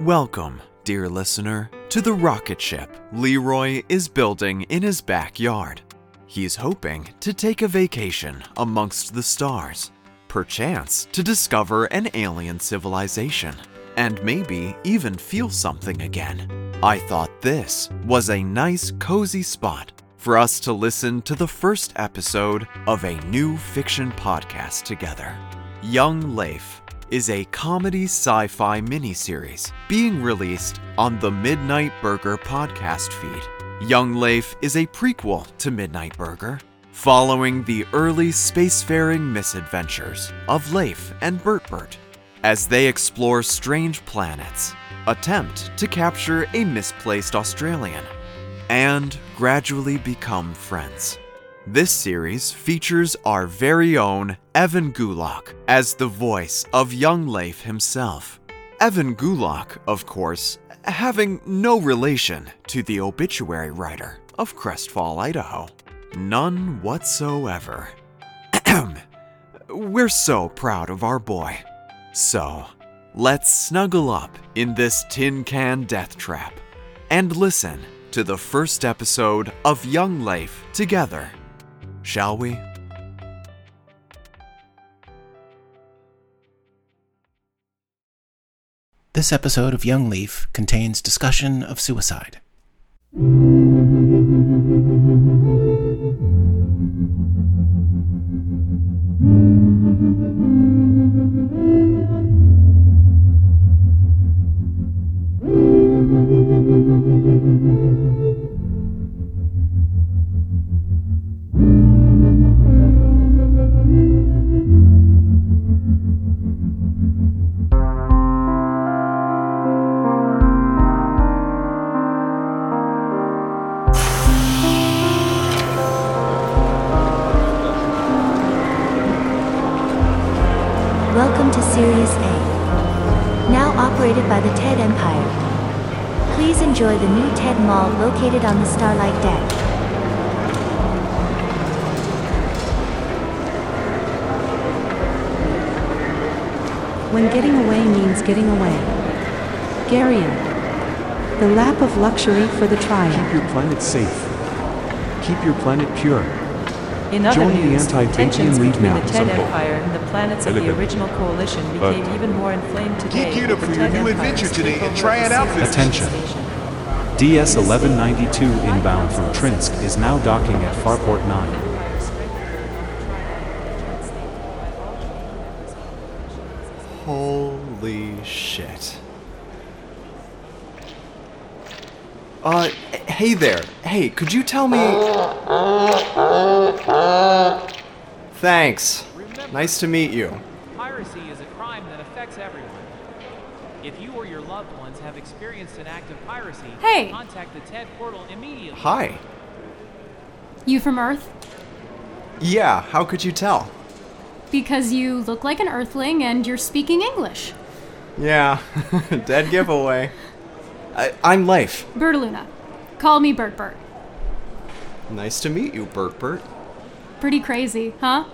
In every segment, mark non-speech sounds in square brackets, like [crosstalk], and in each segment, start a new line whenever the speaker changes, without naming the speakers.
Welcome, dear listener, to the rocket ship Leroy is building in his backyard. He's hoping to take a vacation amongst the stars, perchance to discover an alien civilization, and maybe even feel something again. I thought this was a nice, cozy spot for us to listen to the first episode of a new fiction podcast together. Young Leif is a comedy sci fi miniseries being released on the Midnight Burger podcast feed. Young Leif is a prequel to Midnight Burger, following the early spacefaring misadventures of Leif and Bertbert as they explore strange planets, attempt to capture a misplaced Australian, and gradually become friends. This series features our very own Evan Gulak as the voice of young Leif himself. Evan Gulak, of course, having no relation to the obituary writer of Crestfall, Idaho. None whatsoever. [clears throat] We're so proud of our boy. So, let's snuggle up in this tin can death trap and listen to the first episode of Young Life together, shall we?
This episode of Young Leaf contains discussion of suicide.
Welcome to Sirius A. Now operated by the TED Empire. Please enjoy the new TED Mall located on the Starlight Deck.
When getting away means getting away. Garion. The lap of luxury for the
Keep
triad.
your planet safe. Keep your planet pure.
In other
Join the
news,
anti-Fenian
tensions
League
between
now,
the Ted
Zumbo.
Empire and the planets of the
Elegant.
original coalition
But-
became even more inflamed today.
Get geared up
with
for
the
your
Ted
new
Empire's
adventure today and
takeover
try
of
it
the
out,
Sirius
Attention.
station.
DS 1192 inbound from Trinsk is now docking at Farport 9.
Holy shit. Uh, h- hey there. Hey, could you tell me. Thanks. Nice to meet you.
Piracy is a crime that affects everyone. If you or your loved ones have experienced an act of piracy,
Hey.
contact the TED portal immediately.
Hi.
You from Earth?
Yeah, how could you tell?
Because you look like an Earthling and you're speaking English.
Yeah, [laughs] dead giveaway. I- I'm Life.
Bertaluna. Call me Bert Bert.
Nice to meet you, Bert Bert.
Pretty crazy, huh?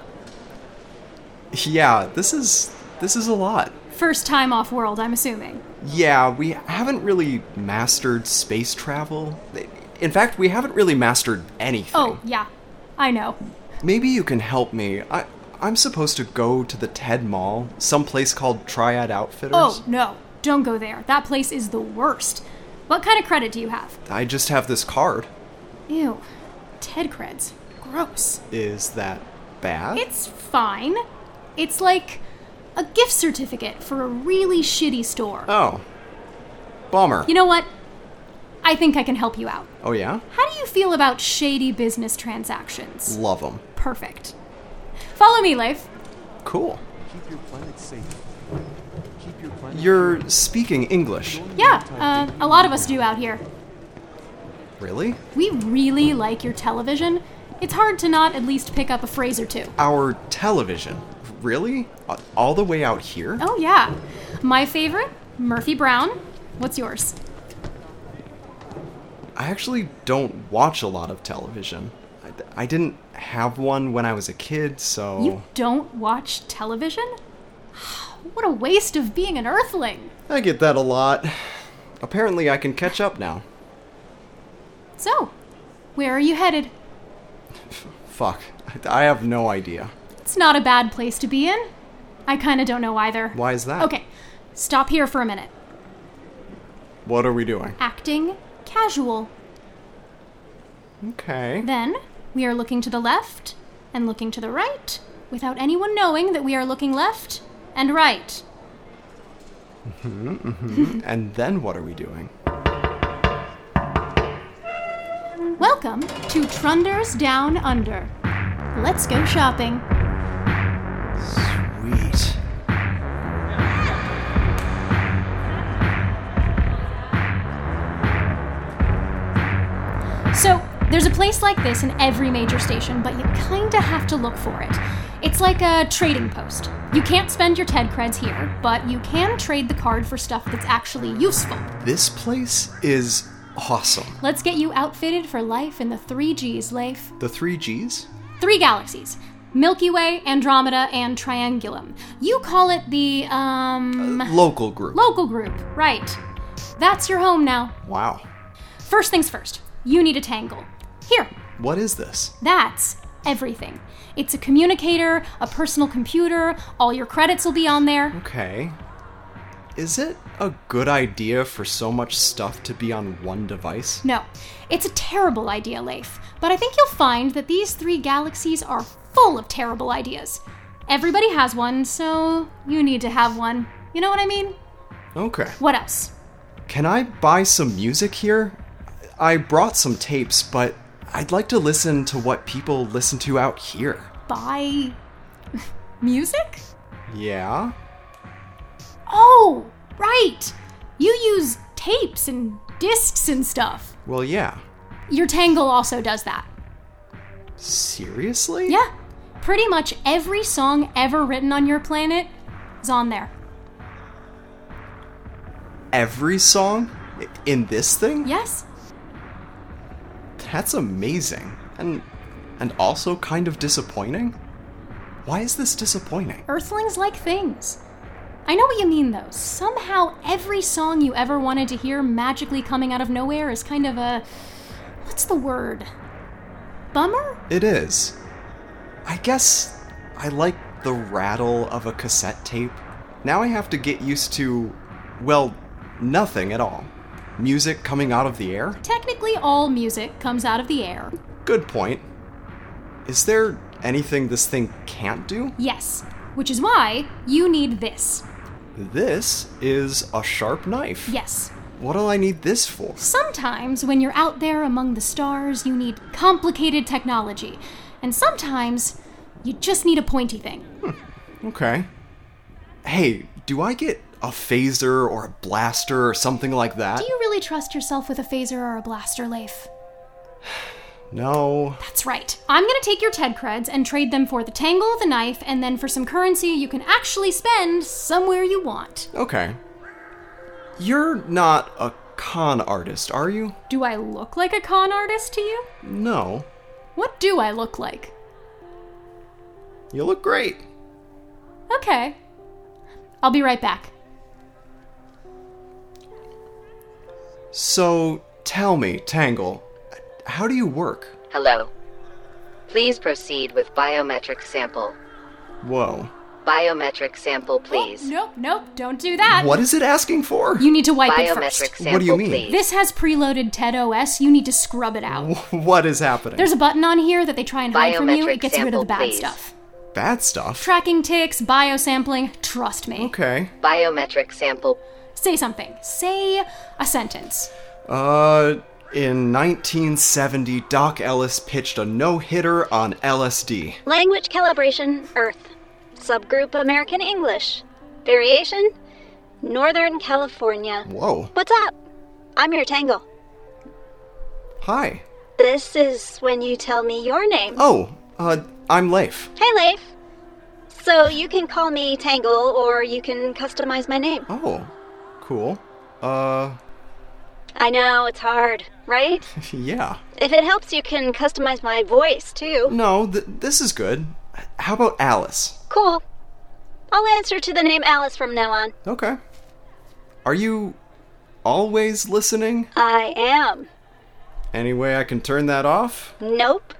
Yeah, this is. this is a lot.
First time off world, I'm assuming.
Yeah, we haven't really mastered space travel. In fact, we haven't really mastered anything.
Oh, yeah. I know.
Maybe you can help me. I I'm supposed to go to the TED Mall, some place called Triad Outfitters.
Oh, no. Don't go there. That place is the worst. What kind of credit do you have?
I just have this card.
Ew. Ted creds. Gross.
Is that bad?
It's fine. It's like a gift certificate for a really shitty store.
Oh. Bummer.
You know what? I think I can help you out.
oh, yeah?
How do you feel about shady business transactions?
Love them.
Perfect. Follow me, Life.
Cool.
Keep your planet safe. Keep your planet
You're speaking English.
Yeah, uh, a lot of us do out here.
Really?
We really like your television. It's hard to not at least pick up a phrase or two.
Our television. Really? A- All the way out here?
Oh, yeah. My favorite, Murphy Brown. What's yours?
I actually don't watch a lot of television. I, I didn't have one when I was a kid, so.
You don't watch television? [sighs] What a waste of being an Earthling!
I get that a lot. Apparently, I can catch up now.
So, where are you headed?
Fuck. I I have no idea.
It's not a bad place to be in. I kinda don't know either.
Why is that?
Okay, stop here for a minute.
What are we doing?
Acting casual.
Okay.
Then, we are looking to the left and looking to the right without anyone knowing that we are looking left and right.
hmm hmm and then what are we doing?
Welcome to Trunders Down Under. Let's go shopping.
Sweet.
So, there's a place like this in every major station, but you kinda have to look for it. It's like a trading post. You can't spend your TED creds here, but you can trade the card for stuff that's actually useful.
This place is awesome.
Let's get you outfitted for life in the 3Gs, Leif.
The three G's?
Three galaxies Milky Way, Andromeda, and Triangulum. You call it the, um.
Local group.
Local group, right. That's your home now.
wow.
First things first, you need a tangle. Here,
What is this?
That's everything. It's a communicator, a personal computer, all your credits will be on there.
Okay. Is it a good idea for so much stuff to be on one device?
No, it's a terrible idea, Leif, but I think you'll find that these three galaxies are full of terrible ideas. Everybody has one, so you need to have one. You know what I mean?
Okay.
What else?
Can I buy some music here? I brought some tapes, but I'd like to listen to what people listen to out here.
Buy. [laughs] music?
Yeah?
Oh, right! You use tapes and discs and stuff.
Well, yeah.
Your Tangle also does that.
Seriously?
Yeah. Pretty much every song ever written on your planet is on there.
Every song I- in this thing?
Yes?
That's amazing. And and also kind of disappointing. Why is this disappointing?
Earthlings like things. I know what you mean though. Somehow every song you ever wanted to hear magically coming out of nowhere is kind of a. What's the word? Bummer?
It is. I guess I like the rattle of a cassette tape. Now I have to get used to, well, nothing at all. Music coming out of the air?
Technically, all music comes out of the air.
Good point. Is there anything this thing can't do?
Yes. Which is why you need this.
This is a sharp knife.
Yes.
What'll I need this for?
Sometimes, when you're out there among the stars, you need complicated technology. And sometimes, you just need a pointy thing.
Okay. Hey, do I get a phaser or a blaster or something like that?
Do you really trust yourself with a phaser or a blaster, Leif?
No.
That's right. I'm gonna take your TED creds and trade them for the tangle, the knife, and then for some currency you can actually spend somewhere you want.
Okay. You're not a con artist, are you?
Do I look like a con artist to you?
No.
What do I look like?
You look great.
Okay. I'll be right back.
So, tell me, Tangle, how do you work?
Hello. Please proceed with biometric sample.
Whoa.
Biometric sample, please.
Oh, Nope, nope, don't do that.
What is it asking for?
You need to wipe it
Biometric
first.
sample,
What do you mean?
please.
This has preloaded TED OS. You need to scrub it out.
[laughs] What is happening?
There's a button on here that they try and hide from you.
Biometric
It gets rid
sample,
of the bad
please.
stuff.
Bad stuff.
Tracking ticks, biosampling. Trust me.
Okay.
Biometric sample.
Say something. Say a sentence.
Uh, in 1970, Doc Ellis pitched a no hitter on LSD.
Language calibration, Earth. Subgroup American English. Variation, Northern California.
Whoa.
What's up? I'm your tangle.
Hi.
This is when you tell me your name.
Oh, uh, I'm Leif.
Hey, Leif. So you can call me Tangle or you can customize my name.
Oh, cool. Uh, [laughs]
I know, it's hard, right?
yeah.
if it helps, you can customize my voice too.
No, th- this is good. How about Alice?
Cool. I'll answer to the name Alice from now on.
Okay. Are you always listening?
I am.
Any way I can turn that off?
Nope.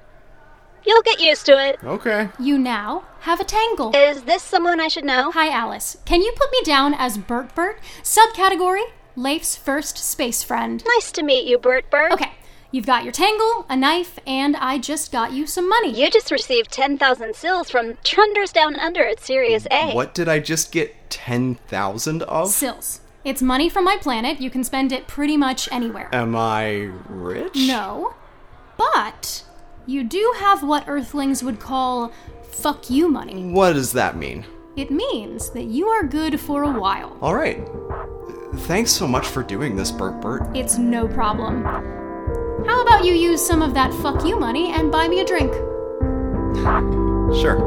You'll get used to it.
Okay.
You now have a tangle.
Is this someone I should know?
Hi, Alice. Can you put me down as Bert Bert? Subcategory Leif's first space friend.
Nice to meet you, Bert Bert.
Okay. You've got your tangle, a knife, and I just got you some money.
You just received 10,000 sills from Trunders Down Under at Sirius A.
What did I just get 10,000 of?
Sills. It's money from my planet. You can spend it pretty much anywhere.
Am I rich?
No. But you do have what Earthlings would call fuck you money.
What does that mean?
It means that you are good for a while.
All right. Thanks so much for doing this, Bert Bert.
It's no problem. How about you use some of that fuck you money and buy me a drink?
Sure.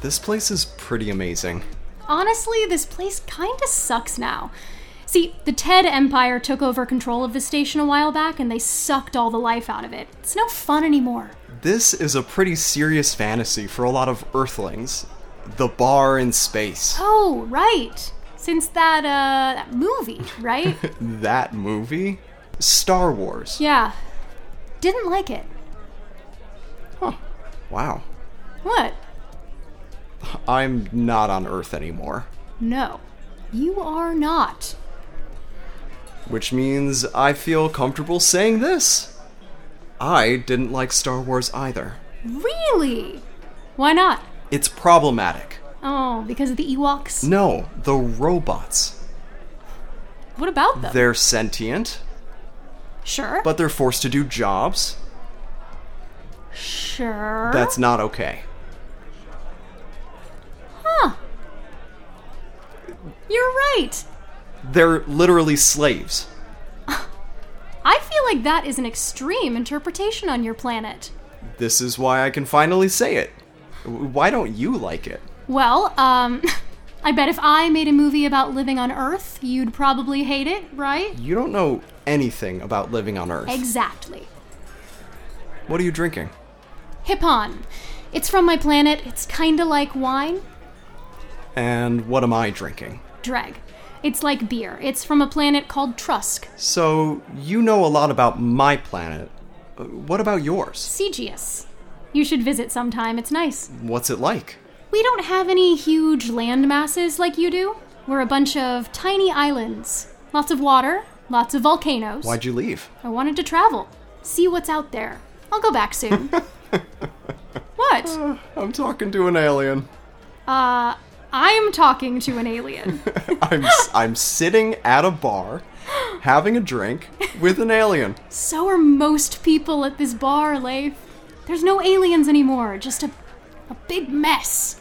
This place is pretty amazing.
Honestly, this place kinda sucks now. See, the TED Empire took over control of the station a while back and they sucked all the life out of it. It's no fun anymore.
This is a pretty serious fantasy for a lot of Earthlings. The bar in space.
Oh, right. Since that uh that movie,
[laughs]
right?
That movie? Star Wars.
yeah. Didn't like it.
Wow.
What?
I'm not on Earth anymore.
No. You are not.
Which means I feel comfortable saying this. I didn't like Star Wars either.
Really? Why not?
It's problematic.
Oh, because of the Ewoks?
No, the robots.
What about them?
They're sentient,
sure.
but they're forced to do jobs.
sure.
That's not okay.
Huh. You're right.
They're literally slaves.
I feel like that is an extreme interpretation on your planet.
This is why I can finally say it. W- Why don't you like it?
Well, um, [laughs] I bet if I made a movie about living on Earth, you'd probably hate it, right?
You don't know anything about living on Earth.
Exactly.
What are you drinking?
Hippon. It's from my planet. It's kinda like wine,
And what am I drinking?
dreg. It's like beer. It's from a planet called Trusk.
So, you know a lot about my planet. Uh, What about yours?
Cegeus. You should visit sometime, it's nice.
What's it like?
We don't have any huge land masses like you do. We're a bunch of tiny islands. Lots of water, lots of volcanoes.
Why'd you leave?
I wanted to travel, see what's out there. I'll go
[laughs]
back soon. what? Uh,
I'm talking to an alien.
I am talking to an alien.
I'm, s- I'm sitting at a bar, having a drink, with an alien.
so are most people at this bar, Leif. There's no aliens anymore, just a, a big mess.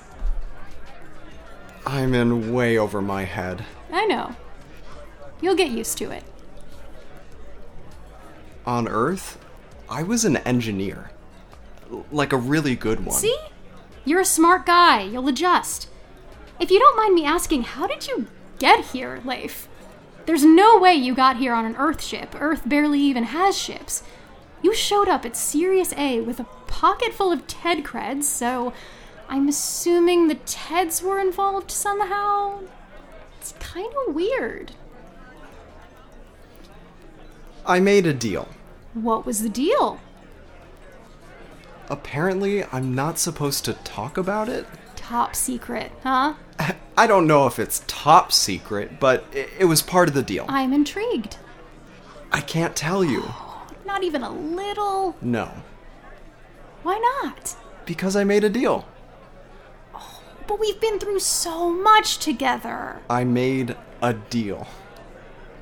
I'm in way over my head.
I know. You'll get used to it.
On Earth, I was an engineer. L- Like a really good one.
See? You're a smart guy. You'll adjust. If you don't mind me asking, how did you get here, Leif? There's no way you got here on an Earth ship. Earth barely even has ships. You showed up at Sirius A with a pocket full of Ted creds, so I'm assuming the Teds were involved somehow. It's kind of weird.
I made a deal.
What was the deal?
Apparently, I'm not supposed to talk about it. [laughs]
Top secret, huh?
I don't know if it's top secret, but i- it was part of the deal.
I'm intrigued.
I can't tell you.
Not even a little.
No.
Why not?
Because I made a deal.
But we've been through so much together.
I made a deal.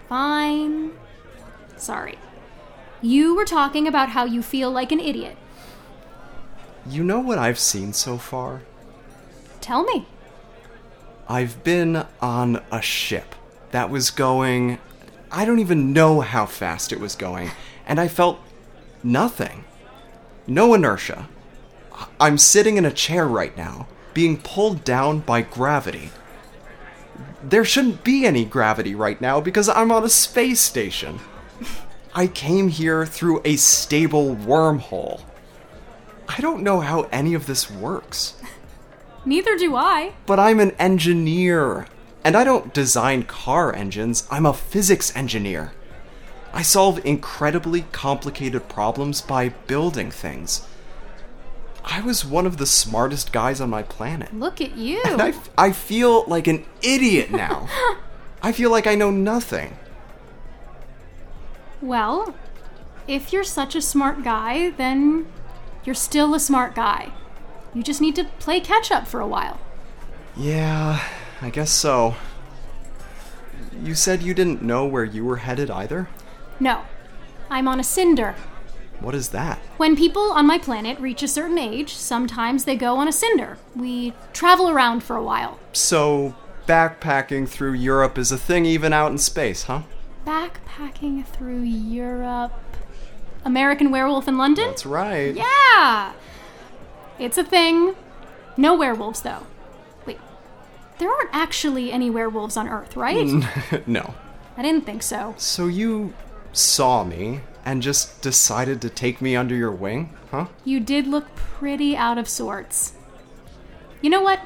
Fine. Sorry. You were talking about how you feel like an idiot.
You know what I've seen so far?
Tell me.
I've been on a ship that was going. I don't even know how fast it was going, and I felt nothing. No inertia. I- I'm sitting in a chair right now, being pulled down by gravity. There shouldn't be any gravity right now because I'm on a space station. I came here through a stable wormhole. I don't know how any of this works.
Neither do I.
But I'm an engineer, and I don't design car engines, I'm a physics engineer. I solve incredibly complicated problems by building things. I was one of the smartest guys on my planet.
Look at you.
And I, f- I feel like an idiot now. I feel like I know nothing.
Well, if you're such a smart guy, then you're still a smart guy. You just need to play catch up for a while.
Yeah, I guess so. You said you didn't know where you were headed either?
No, I'm on a cinder.
What is that?
When people on my planet reach a certain age, sometimes they go on a cinder. We travel around for a while.
So, backpacking through Europe is a thing even out in space, huh?
Backpacking through Europe. American Werewolf in London?
That's right.
Yeah! It's a thing. No werewolves, though. Wait, there aren't actually any werewolves on Earth, right?
Mm. no.
I didn't think so.
So you saw me and just decided to take me under your wing, huh?
You did look pretty out of sorts. You know what?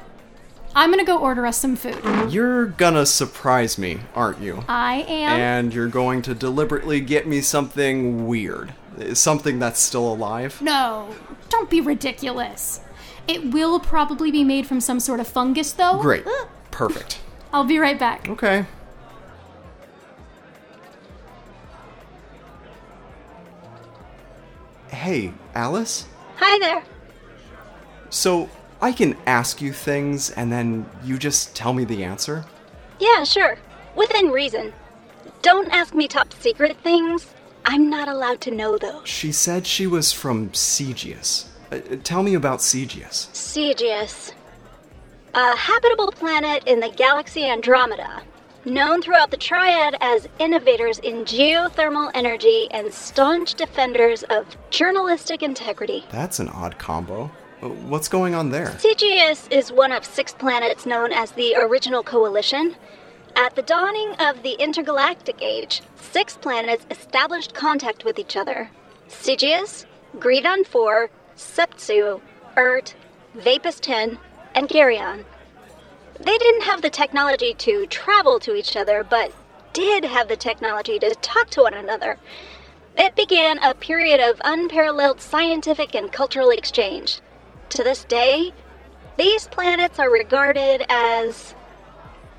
I'm gonna go order us some food.
You're gonna surprise me, aren't you?
I am.
And you're going to deliberately get me something weird. Something that's still alive.
No, don't be ridiculous. It will probably be made from some sort of fungus, though.
Great. Perfect.
I'll be right back.
Okay. Hey, Alice?
Hi there.
So I can ask you things and then you just tell me the answer?
Yeah, sure. Within reason. Don't ask me top secret things. I'm not allowed to know those.
She said she was from Cegius. Uh, uh, tell me about Cegius.
Cegeus. A habitable planet in the galaxy Andromeda, known throughout the Triad as innovators in geothermal energy and staunch defenders of journalistic integrity.
That's an odd combo. Uh, What's going on
[laughs]
there?
CGS is one of six planets known as the Original Coalition. At the dawning of the intergalactic age, six planets established contact with each other Sigius, Gridon 4, Septu, Ert, Vapus 10, and Geryon. They didn't have the technology to travel to each other, but did have the technology to talk to one another. It began a period of unparalleled scientific and cultural exchange. To this day, these planets are regarded as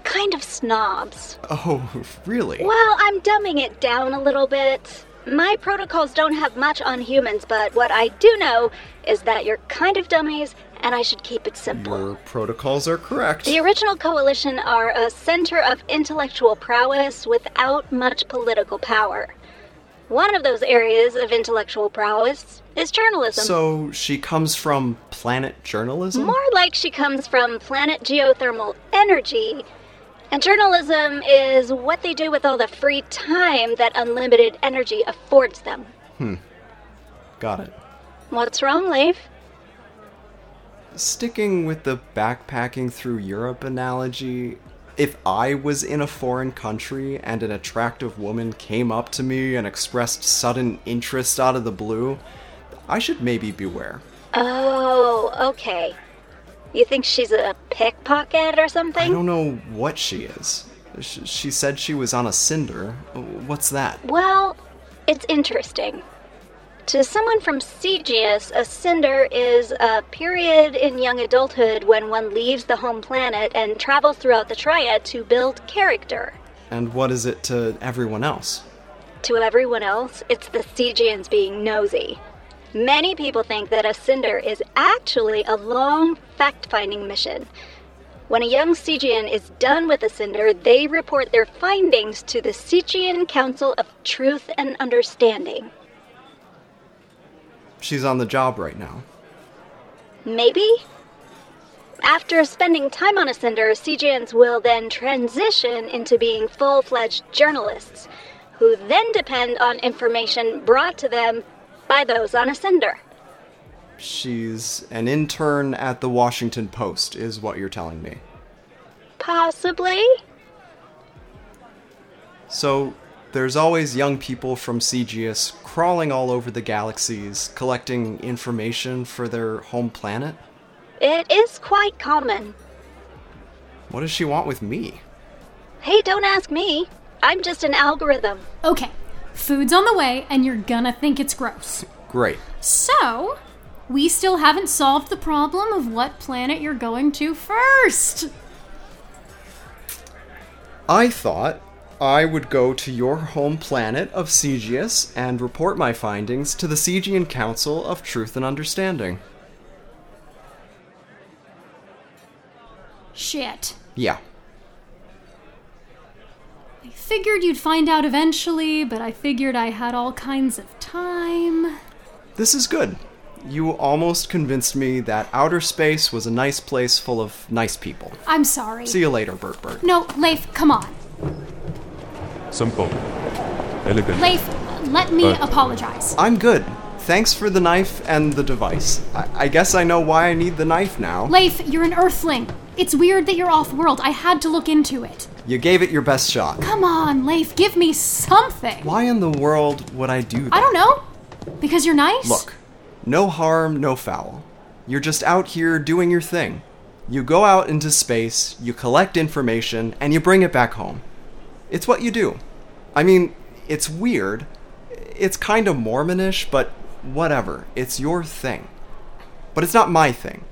kind of snobs.
Oh, really?
Well, I'm dumbing it down a little bit. My protocols don't have much on humans, but what I do know is that you're kind of dummies, and I should keep it simple.
Your protocols are correct.
The original coalition are a center of intellectual prowess without much political power. One of those areas of intellectual prowess is journalism.
So she comes from planet journalism?
More like she comes from planet geothermal energy. And journalism is what they do with all the free time that unlimited energy affords them.
Hmm. Got it.
What's wrong, Leif?
Sticking with the backpacking through Europe analogy, if I was in a foreign country and an attractive woman came up to me and expressed sudden interest out of the blue, I should maybe beware.
Oh, okay. You think she's a pickpocket or something? I
don't know what she is. Sh- She said she was on a cinder. What's that?
Well, it's interesting. To someone from CGS, a cinder is a period in young adulthood when one leaves the home planet and travels throughout the triad to build character.
And what is it to everyone else?
To everyone else, it's the Cegians being nosy. Many people think that a cinder is actually a long fact finding mission. When a young Cegian is done with a cinder, they report their findings to the Cegian Council of Truth and Understanding.
She's on the job right now.
Maybe? After spending time on a cinder, Cegians will then transition into being full fledged journalists, who then depend on information brought to them by those on a cinder.
She's an intern at the Washington Post, is what you're telling me.
Possibly?
So, there's always young people from CGS crawling all over the galaxies, collecting information for their home planet?
It is quite common.
What does she want with me?
Hey, don't ask me. I'm just an algorithm.
Okay, food's on the way, and you're gonna think it's gross.
Great.
So, we still haven't solved the problem of what planet you're going to first.
I thought I would go to your home planet of Cegius and report my findings to the Cegian Council of Truth and Understanding.
Shit.
Yeah.
I figured you'd find out eventually, but I figured I had all kinds of time.
This is good. You almost convinced me that outer space was a nice place full of nice people.
I'm sorry.
See you later, Bert Bert.
No, Leif, come on.
Simple. Elegant.
Leif, let me
Uh,
apologize.
I'm good. Thanks for the knife and the device. I, I guess I know why I need the knife now.
Leif, you're an Earthling. It's weird that you're off world. I had to look into it.
You gave it your best shot.
Come on, Leif, give me something.
Why in the world would I do that?
I don't know. Because you're nice?
Look, no harm, no foul. You're just out here doing your thing. You go out into space, you collect information, and you bring it back home. It's what you do. I mean, it's weird. It's kind of Mormonish, but whatever. It's your thing. But it's not my thing.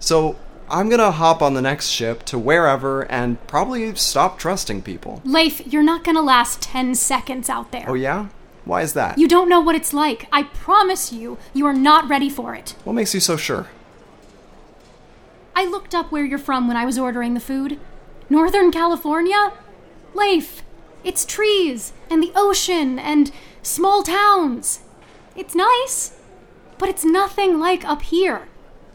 So I'm gonna hop on the next ship to wherever and probably stop trusting people.
Leif, you're not gonna last 10 seconds out there.
Oh, yeah? Why is that?
You don't know what it's like. I promise you, you are not ready for it.
What makes you so sure?
I looked up where you're from when I was ordering the food. Northern California? Leif, it's trees and the ocean and small towns. It's nice, but it's nothing like up here.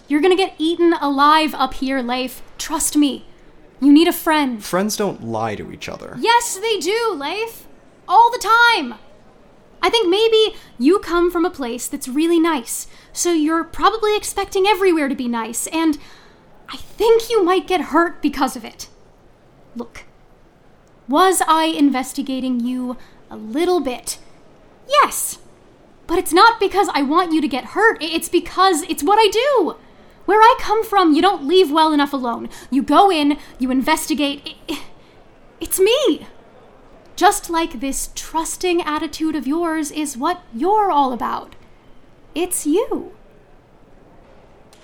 You're gonna get eaten alive up here, Leif. Trust me. You need a friend.
Friends don't lie to each other.
Yes, they do, Leif. All the time. I think maybe you come from a place that's really nice, so you're probably expecting everywhere to be nice, and I think you might get hurt because of it. Look, was I investigating you a little bit? Yes, but it's not because I want you to get hurt, i- it's because it's what I do. Where I come from, you don't leave well enough alone. You go in, you investigate. I- It's me! Just like this trusting attitude of yours is what you're all about. It's you.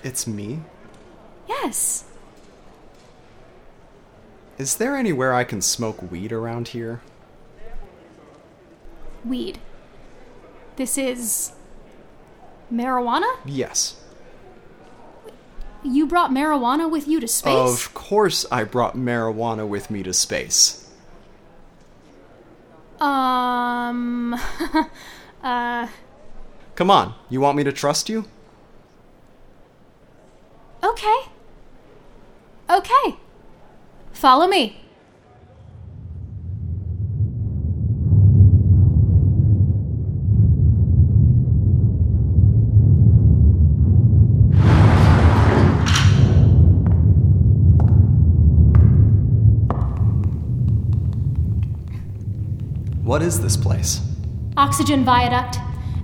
It's me?
Yes.
Is there anywhere I can smoke weed around here?
Weed. This is. marijuana?
Yes.
You brought marijuana with you to space?
Of course I brought marijuana with me to space.
Um. [laughs] uh.
Come on, you want me to trust you?
Okay. Okay. Follow me.
What is this place?
Oxygen viaduct.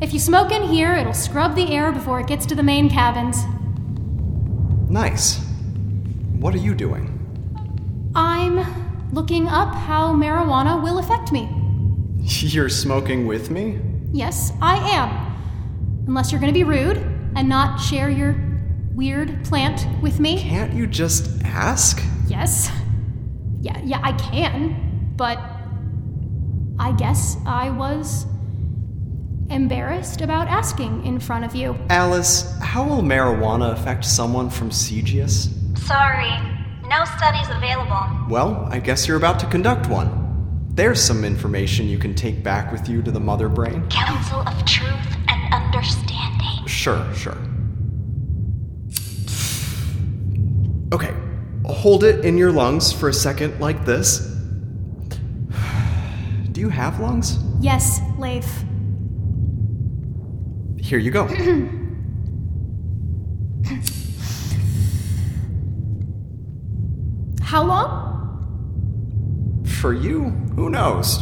If you smoke in here, it'll scrub the air before it gets to the main cabins.
Nice. What are you doing? [laughs]
I'm looking up how marijuana will affect me.
You're smoking with me?
Yes, I am. Unless you're going to be rude and not share your weird plant with me.
Can't you just ask?
Yes. Yeah, yeah, I can, but I guess I was embarrassed about asking in front of you.
Alice, how will marijuana affect someone from Cegius?
Sorry, no studies available.
Well, I guess you're about to conduct one. There's some information you can take back with you to the mother brain.
Council of Truth and Understanding.
Sure, sure. Okay, hold it in your lungs for a second, like this. Do you have lungs?
Yes, Leif.
Here you go.
How long?
For you, who knows?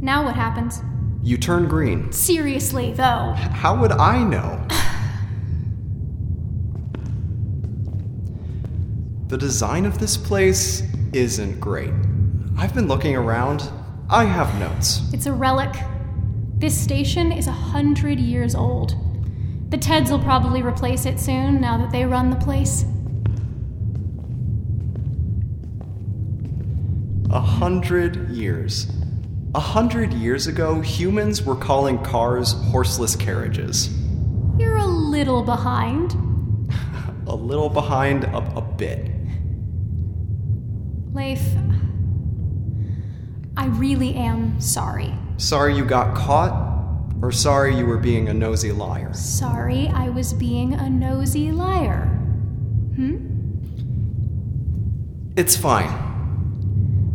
Now what happens?
You turn green.
Seriously, though.
How would I know? the design of this place isn't great. I've been looking around. I have notes.
It's a relic. This station is a hundred years old. The Teds will probably replace it soon now that they run the place.
A hundred years. A hundred years ago, humans were calling cars horseless carriages.
You're a little behind.
A little behind a, a bit.
Leif, I really am sorry.
Sorry you got caught, or sorry you were being a nosy liar.
Sorry I was being a nosy liar. Hmm?
It's fine.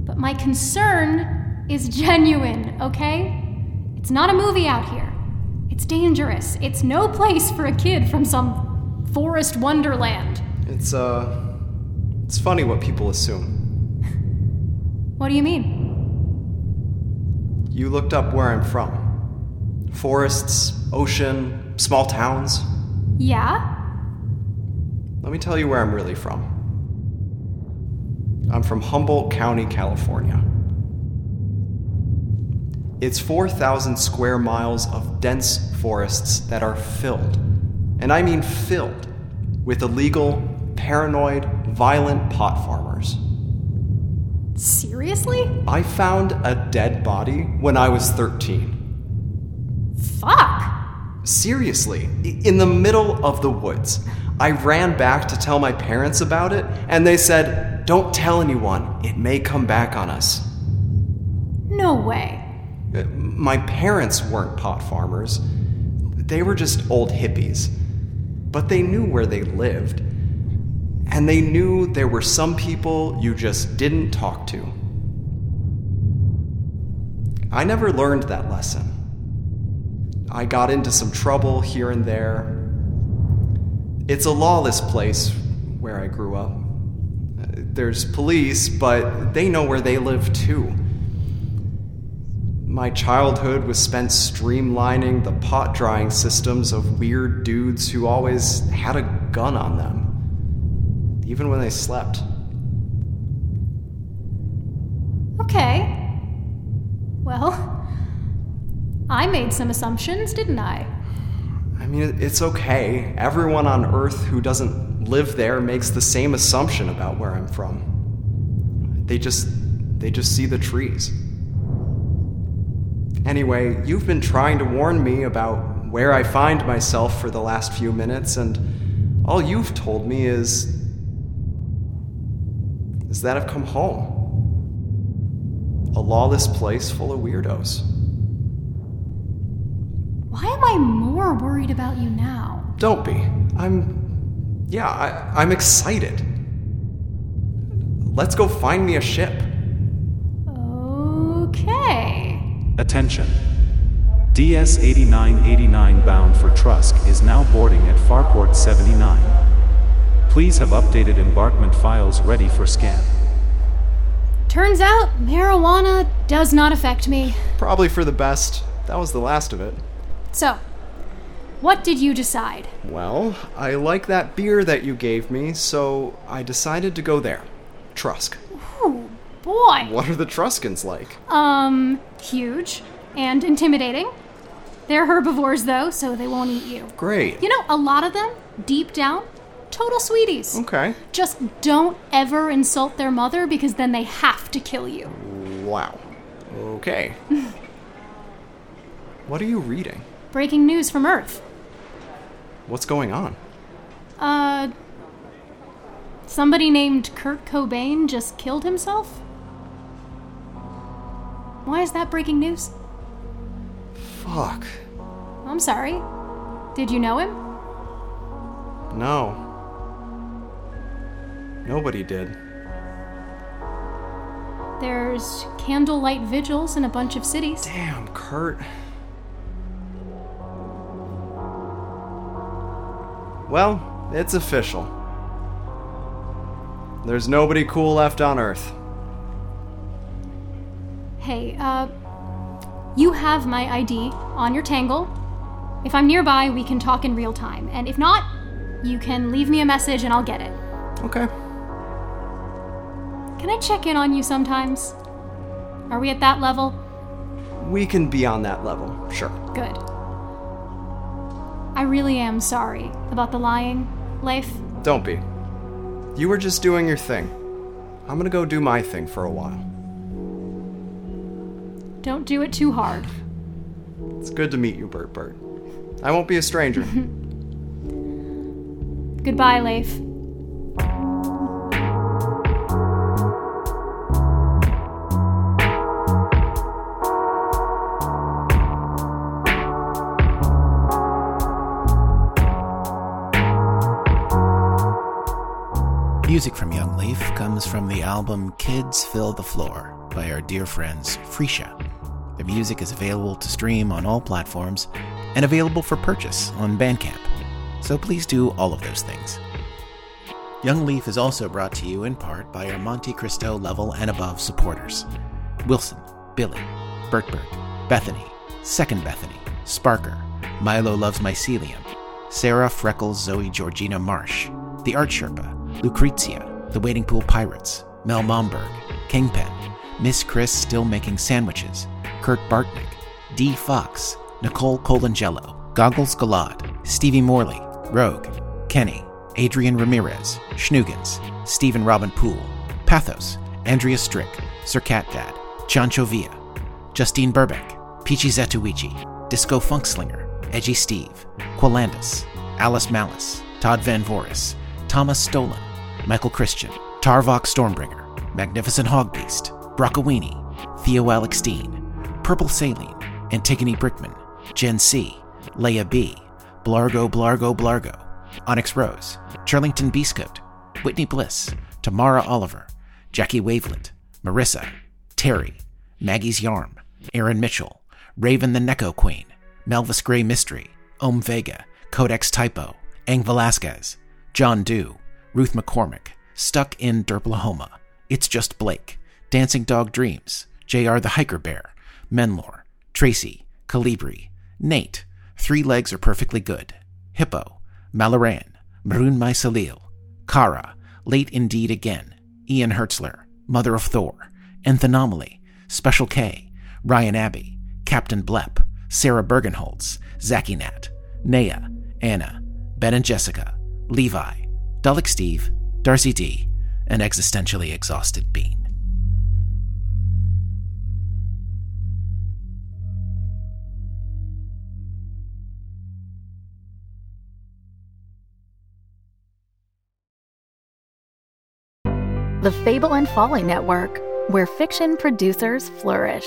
But my concern is genuine, okay? It's not a movie out here. It's dangerous. It's no place for a kid from some forest wonderland.
It's, uh. It's funny what people assume.
What do you mean?
You looked up where I'm from forests, ocean, small towns.
Yeah?
Let me tell you where I'm really from. I'm from Humboldt County, California. It's 4,000 square miles of dense forests that are filled, and I mean filled, with illegal, paranoid, violent pot farmers.
Seriously?
I found a dead body when I was 13.
Fuck!
Seriously, i- in the middle of the woods. I ran back to tell my parents about it, and they said, Don't tell anyone, it may come back on us.
No way.
Uh, My parents weren't pot farmers, they were just old hippies. But they knew where they lived, and they knew there were some people you just didn't talk to. I never learned that lesson. I got into some trouble here and there. It's a lawless place where I grew up. Uh, There's police, but they know where they live too. My childhood was spent streamlining the pot drying systems of weird dudes who always had a gun on them, even when they slept.
Okay. Well, I made some assumptions, didn't I?
I mean, it- it's okay. Everyone on Earth who doesn't live there makes the same assumption about where I'm from. They just they just see the trees. Anyway, you've been trying to warn me about where I find myself for the last few minutes and all you've told me is is that I've come home. A lawless place full of weirdos.
Why am I more worried about you now?
Don't be. I'm. Yeah, I, I'm excited. Let's go find me a ship.
Okay.
Attention. DS 8989 bound for Trusk is now boarding at Farport 79. Please have updated embarkment files ready for scan.
Turns out marijuana does not affect me.
Probably for the best. That was the last of it.
So, what did you decide?
Well, I like that beer that you gave me, so I decided to go there. Trusk.
Ooh, boy.
What are the Truskins like?
Um, huge and intimidating. They're herbivores, though, so they won't eat you.
Great.
You know, a lot of them, deep down, total sweeties.
Okay.
Just don't ever insult their mother because then they have to kill you.
Wow. Okay. [laughs] what are you reading?
Breaking news from Earth.
What's going on?
Uh, somebody named Kurt Cobain just killed himself? Why is that breaking news?
Fuck.
I'm sorry. Did you know him?
No. Nobody did.
There's candlelight vigils in a bunch of cities.
Damn, Kurt. Well, it's official. There's nobody cool left on Earth.
Hey, uh, you have my ID on your tangle. If I'm nearby, we can talk in real time. And if not, you can leave me a message and I'll get it.
Okay.
Can I check in on you sometimes? Are we at that level?
We can be on that level, sure.
Good. I really am sorry about the lying, Leif.
Don't be. You were just doing your thing. I'm gonna go do my thing for a while.
Don't do it too hard.
It's good to meet you, Bert Bert. I won't be a stranger.
Goodbye, Leif.
Music from Young Leaf comes from the album Kids Fill the Floor by our dear friends Freesia. Their music is available to stream on all platforms and available for purchase on Bandcamp. So please do all of those things. Young Leaf is also brought to you in part by our Monte Cristo level and above supporters Wilson, Billy, Bert Bert, Bethany, Second Bethany, Sparker, Milo Loves Mycelium, Sarah Freckles Zoe Georgina Marsh, The Art Sherpa, Lucrezia, The Waiting Pool Pirates, Mel Momberg, Kingpin, Miss Chris Still Making Sandwiches, Kurt Bartnick, D. Fox, Nicole Colangello, Goggles Galad, Stevie Morley, Rogue, Kenny, Adrian Ramirez, Schnugens, Stephen Robin Poole, Pathos, Andrea Strick, Sir Cat Dad, Chancho Villa, Justine Burbeck, Peachy Zatuichi, Disco Funkslinger, Edgy Steve, Quilandus, Alice Malice, Todd Van Voris, Thomas Stolen, Michael Christian, Tarvok Stormbringer, Magnificent Hogbeast, Broccowini, Theo Alex Dean, Purple Saline, Antigone Brickman, Jen C, Leia B, Blargo Blargo Blargo, Onyx Rose, Charlington Beastcoat, Whitney Bliss, Tamara Oliver, Jackie Waveland, Marissa, Terry, Maggie's Yarm, Aaron Mitchell, Raven the Necco Queen, Melvis Gray Mystery, Om Vega, Codex Typo, Ang Velasquez, John Dew, Ruth McCormick, Stuck in Derplahoma, It's Just Blake, Dancing Dog Dreams, JR the Hiker Bear, Menlor, Tracy, Calibri, Nate, Three Legs Are Perfectly Good, Hippo, Maloran, Maroon My Salil, Kara, Late Indeed Again, Ian Hertzler, Mother of Thor, Enthanomaly, Special K, Ryan Abbey, Captain Blepp, Sarah Bergenholtz, Zaki Nat, Naya, Anna, Ben and Jessica, Levi, Dalek Steve, Darcy D, and existentially exhausted Bean.
The Fable and Folly Network, where fiction producers flourish.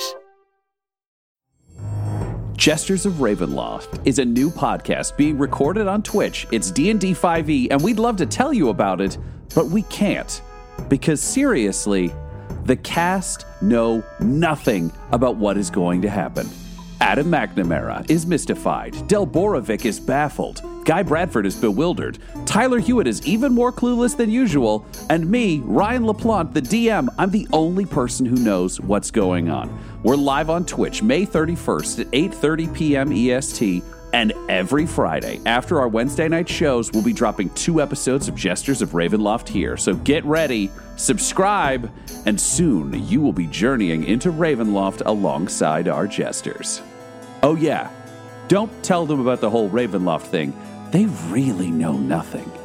Jesters of Ravenloft is a new podcast being recorded on Twitch. It's D&D
E,
5e and we'd love to tell you about it, but we can't because seriously, the cast know nothing about what is going to happen. Adam McNamara is mystified. Del Borovic is baffled.
Guy Bradford is bewildered. Tyler Hewitt is even more clueless than usual. And me, Ryan LaPlante, the DM, I'm the only person who knows what's going on. We're live on Twitch May 31st at 8.30 p.m. EST. E And every Friday, after our Wednesday night shows, we'll be dropping two episodes of Jesters of Ravenloft here. So get ready, subscribe, and soon you will be journeying into Ravenloft alongside our jesters. Oh, yeah, don't tell them about the whole Ravenloft thing. They really know nothing.